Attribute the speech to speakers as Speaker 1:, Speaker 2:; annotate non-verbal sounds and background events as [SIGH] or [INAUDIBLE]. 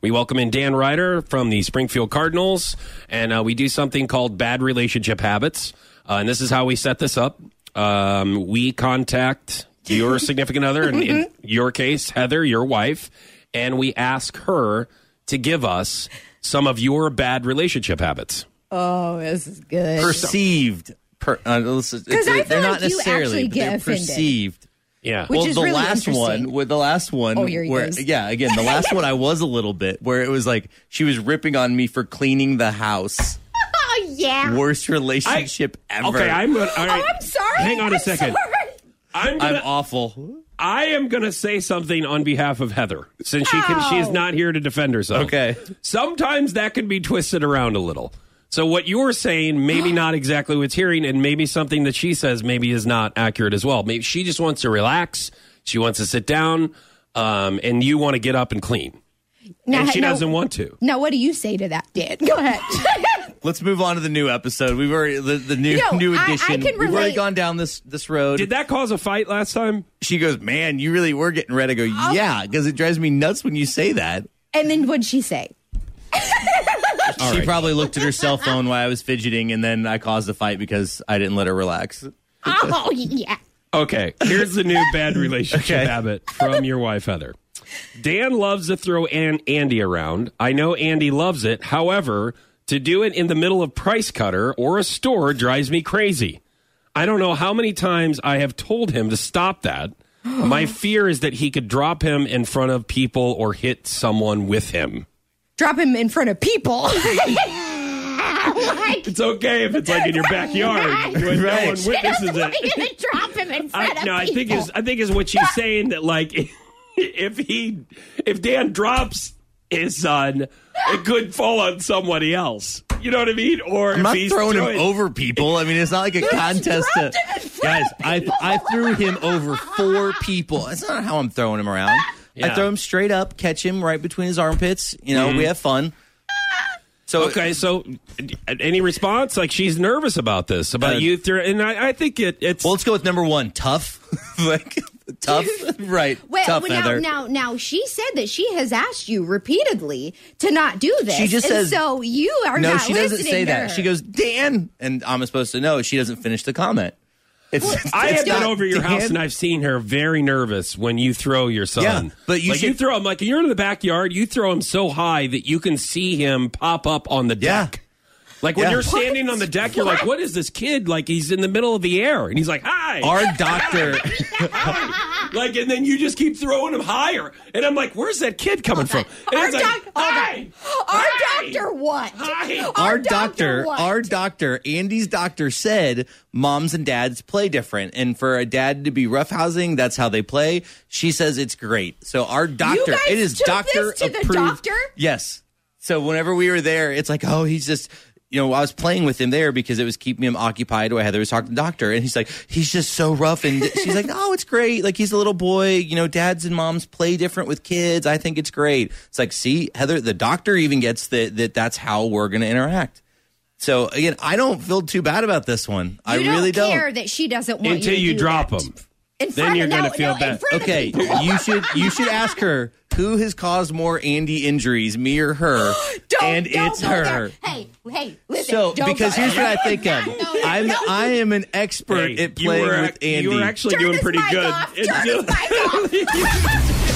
Speaker 1: We welcome in Dan Ryder from the Springfield Cardinals, and uh, we do something called Bad Relationship Habits. Uh, and this is how we set this up. Um, we contact
Speaker 2: [LAUGHS]
Speaker 1: your significant other, and
Speaker 2: Mm-hmm.
Speaker 1: in your case, Heather, your wife, and we ask her to give us some of your bad relationship habits.
Speaker 2: Oh, this is good.
Speaker 3: perceived. Per, uh, this is-
Speaker 2: I feel
Speaker 3: they're
Speaker 2: like
Speaker 3: not
Speaker 2: you
Speaker 3: necessarily,
Speaker 2: actually
Speaker 3: but they're
Speaker 2: get offended.
Speaker 3: perceived.
Speaker 1: Yeah.
Speaker 2: Which
Speaker 1: well,
Speaker 2: is
Speaker 3: the
Speaker 2: really
Speaker 3: last
Speaker 2: interesting.
Speaker 3: one with the last one
Speaker 2: Oh, here he
Speaker 3: where
Speaker 2: goes.
Speaker 3: yeah again the last one i was a little bit where it was like she was ripping on me for cleaning the house
Speaker 2: Oh yeah.
Speaker 3: worst relationship ever
Speaker 4: Okay, I'm gonna. All right.
Speaker 2: Oh, I'm sorry.
Speaker 4: Hang on a
Speaker 2: I'm
Speaker 4: second.
Speaker 2: sorry.
Speaker 4: I'm
Speaker 3: I'm
Speaker 4: gonna.
Speaker 3: awful
Speaker 4: I am gonna say something on behalf of Heather since she can. She is
Speaker 2: Oh.
Speaker 4: not here to defend herself.
Speaker 3: okay
Speaker 4: Sometimes that can be twisted around a little. So what you're saying, maybe not exactly what's hearing, and maybe something that she says maybe is not accurate as well. Maybe she just wants to relax. She wants to sit down, um, and you want to get up and clean,
Speaker 2: Now,
Speaker 4: and she
Speaker 2: now-
Speaker 4: doesn't want to.
Speaker 2: Now, what do you say to that, Dan? Go [LAUGHS] ahead.
Speaker 3: let's move on to the new episode we've already the, the new
Speaker 2: No,
Speaker 3: new
Speaker 2: I- I
Speaker 3: edition
Speaker 2: can
Speaker 3: we've already
Speaker 2: relate.
Speaker 3: gone down this this road
Speaker 4: Did that cause a fight last time?
Speaker 3: she goes man you really were getting ready to go
Speaker 2: Oh.
Speaker 3: yeah because it drives me nuts when you say that
Speaker 2: and then what'd she say?
Speaker 3: she probably looked at her cell phone while i was fidgeting and then i caused a fight because i didn't let her relax
Speaker 2: [LAUGHS] Oh yeah.
Speaker 4: Okay, here's the new bad relationship
Speaker 3: Okay.
Speaker 4: habit from your wife, Heather. Dan loves to throw An- Andy around. I know Andy loves it. However, to do it in the middle of price cutter or a store drives me crazy. I don't know how many times I have told him to stop that. My fear is that he could drop him in front of people or hit someone with him.
Speaker 2: Drop him in front of [LAUGHS] people. like,
Speaker 4: It's okay if it's like in your backyard when no one witnesses
Speaker 2: Why
Speaker 4: it.
Speaker 2: you gonna drop him in front
Speaker 4: I,
Speaker 2: of
Speaker 4: no, I think
Speaker 2: people?
Speaker 4: is I think is what she's saying that like [LAUGHS] if he if Dan drops his son, it could fall on somebody else. You know what I mean? Or
Speaker 3: I'm
Speaker 4: if
Speaker 3: not
Speaker 4: he's
Speaker 3: throwing him
Speaker 4: doing-
Speaker 3: over people. I mean, it's not like a contest. To,
Speaker 2: dropped him in front
Speaker 3: guys,
Speaker 2: of
Speaker 3: I I threw him over four people. That's not how I'm throwing him around. I
Speaker 4: Yeah.
Speaker 3: throw him straight up, catch him right between his armpits. You know,
Speaker 2: Mm-hmm.
Speaker 3: we have fun. So
Speaker 4: Okay, so uh, any response? Like she's nervous about this, about
Speaker 3: Uh,
Speaker 4: you through, and I, I think it, it's
Speaker 3: well, let's go with number one, tough. [LAUGHS] like
Speaker 2: [LAUGHS]
Speaker 3: tough, right?
Speaker 2: Well,
Speaker 3: tough,
Speaker 2: well,
Speaker 3: Heather.
Speaker 2: now, now, now, she said that she has asked you repeatedly to not do this.
Speaker 3: She just
Speaker 2: and
Speaker 3: says-
Speaker 2: so. You are
Speaker 3: no,
Speaker 2: not
Speaker 3: she doesn't
Speaker 2: listening
Speaker 3: say
Speaker 2: to
Speaker 3: that.
Speaker 2: her.
Speaker 3: She goes, Dan, and I'm supposed to know. She doesn't finish the comment. It's, it's-
Speaker 4: I
Speaker 3: it's
Speaker 4: have been
Speaker 3: not
Speaker 4: over your house
Speaker 3: Dan.
Speaker 4: and I've seen her very nervous when you throw your son.
Speaker 3: Yeah, but you
Speaker 4: like you
Speaker 3: should-
Speaker 4: throw him like you're in the backyard. You throw him so high that you can see him pop up on the
Speaker 3: Yeah.
Speaker 4: deck. Like when
Speaker 3: Yeah.
Speaker 4: you're standing on the deck, you're like, "What is this kid? Like he's in the middle of the air, and he's like, hi,
Speaker 2: [LAUGHS]
Speaker 3: [LAUGHS] Our doctor.
Speaker 4: like." And then you just keep throwing him higher, and I'm like, "Where's that kid coming
Speaker 2: [LAUGHS]
Speaker 4: from?" And
Speaker 2: Our
Speaker 4: it's like,
Speaker 2: doc-
Speaker 4: hi,
Speaker 2: Our
Speaker 4: hi,
Speaker 2: doctor, what?
Speaker 4: hi."
Speaker 2: Our
Speaker 3: our
Speaker 2: doctor
Speaker 3: doctor,
Speaker 2: what?
Speaker 3: our doctor, Andy's doctor said moms and dads play different. And for a dad to be roughhousing, that's how they play. She says it's great. So our doctor,
Speaker 2: guys
Speaker 3: it is
Speaker 2: took
Speaker 3: doctor
Speaker 2: this to the
Speaker 3: approved.
Speaker 2: doctor?
Speaker 3: Yes. So whenever we were there, it's like, oh, he's just. You know, I was playing with him there because it was keeping him occupied while Heather was talking to the doctor. And he's like, he's just so rough. And [LAUGHS] she's like, oh, it's great. Like, he's a little boy. You know, dads and moms play different with kids. I think it's great. It's like, see, Heather, the doctor even gets that, that that's how we're going to interact. So again, I don't feel too bad about this one. I
Speaker 2: You don't
Speaker 3: really
Speaker 2: care
Speaker 3: don't.
Speaker 2: that she doesn't want
Speaker 4: Until
Speaker 2: you, to
Speaker 4: you
Speaker 2: do
Speaker 4: drop
Speaker 2: that.
Speaker 4: him.
Speaker 2: In
Speaker 4: Then
Speaker 2: front
Speaker 4: you're
Speaker 2: of,
Speaker 4: gonna
Speaker 2: no,
Speaker 4: feel
Speaker 2: no, in
Speaker 4: bad.
Speaker 2: front of
Speaker 3: Okay,
Speaker 2: people.
Speaker 3: [LAUGHS] you should you should ask her who has caused more Andy injuries, me or her?
Speaker 2: [GASPS] Don't,
Speaker 3: and
Speaker 2: don't
Speaker 3: it's
Speaker 2: go
Speaker 3: her.
Speaker 2: there. Hey, hey, listen.
Speaker 3: So
Speaker 2: don't
Speaker 3: because
Speaker 2: go
Speaker 3: here's what
Speaker 2: there.
Speaker 3: I think of,
Speaker 2: [LAUGHS] No,
Speaker 3: I'm
Speaker 2: no.
Speaker 3: I am an expert
Speaker 4: Hey,
Speaker 3: at playing
Speaker 4: you were,
Speaker 3: with Andy.
Speaker 4: You were actually
Speaker 2: Turn
Speaker 4: doing
Speaker 2: this
Speaker 4: pretty
Speaker 2: mic
Speaker 4: good. [LAUGHS]
Speaker 2: off. Turn this mic off.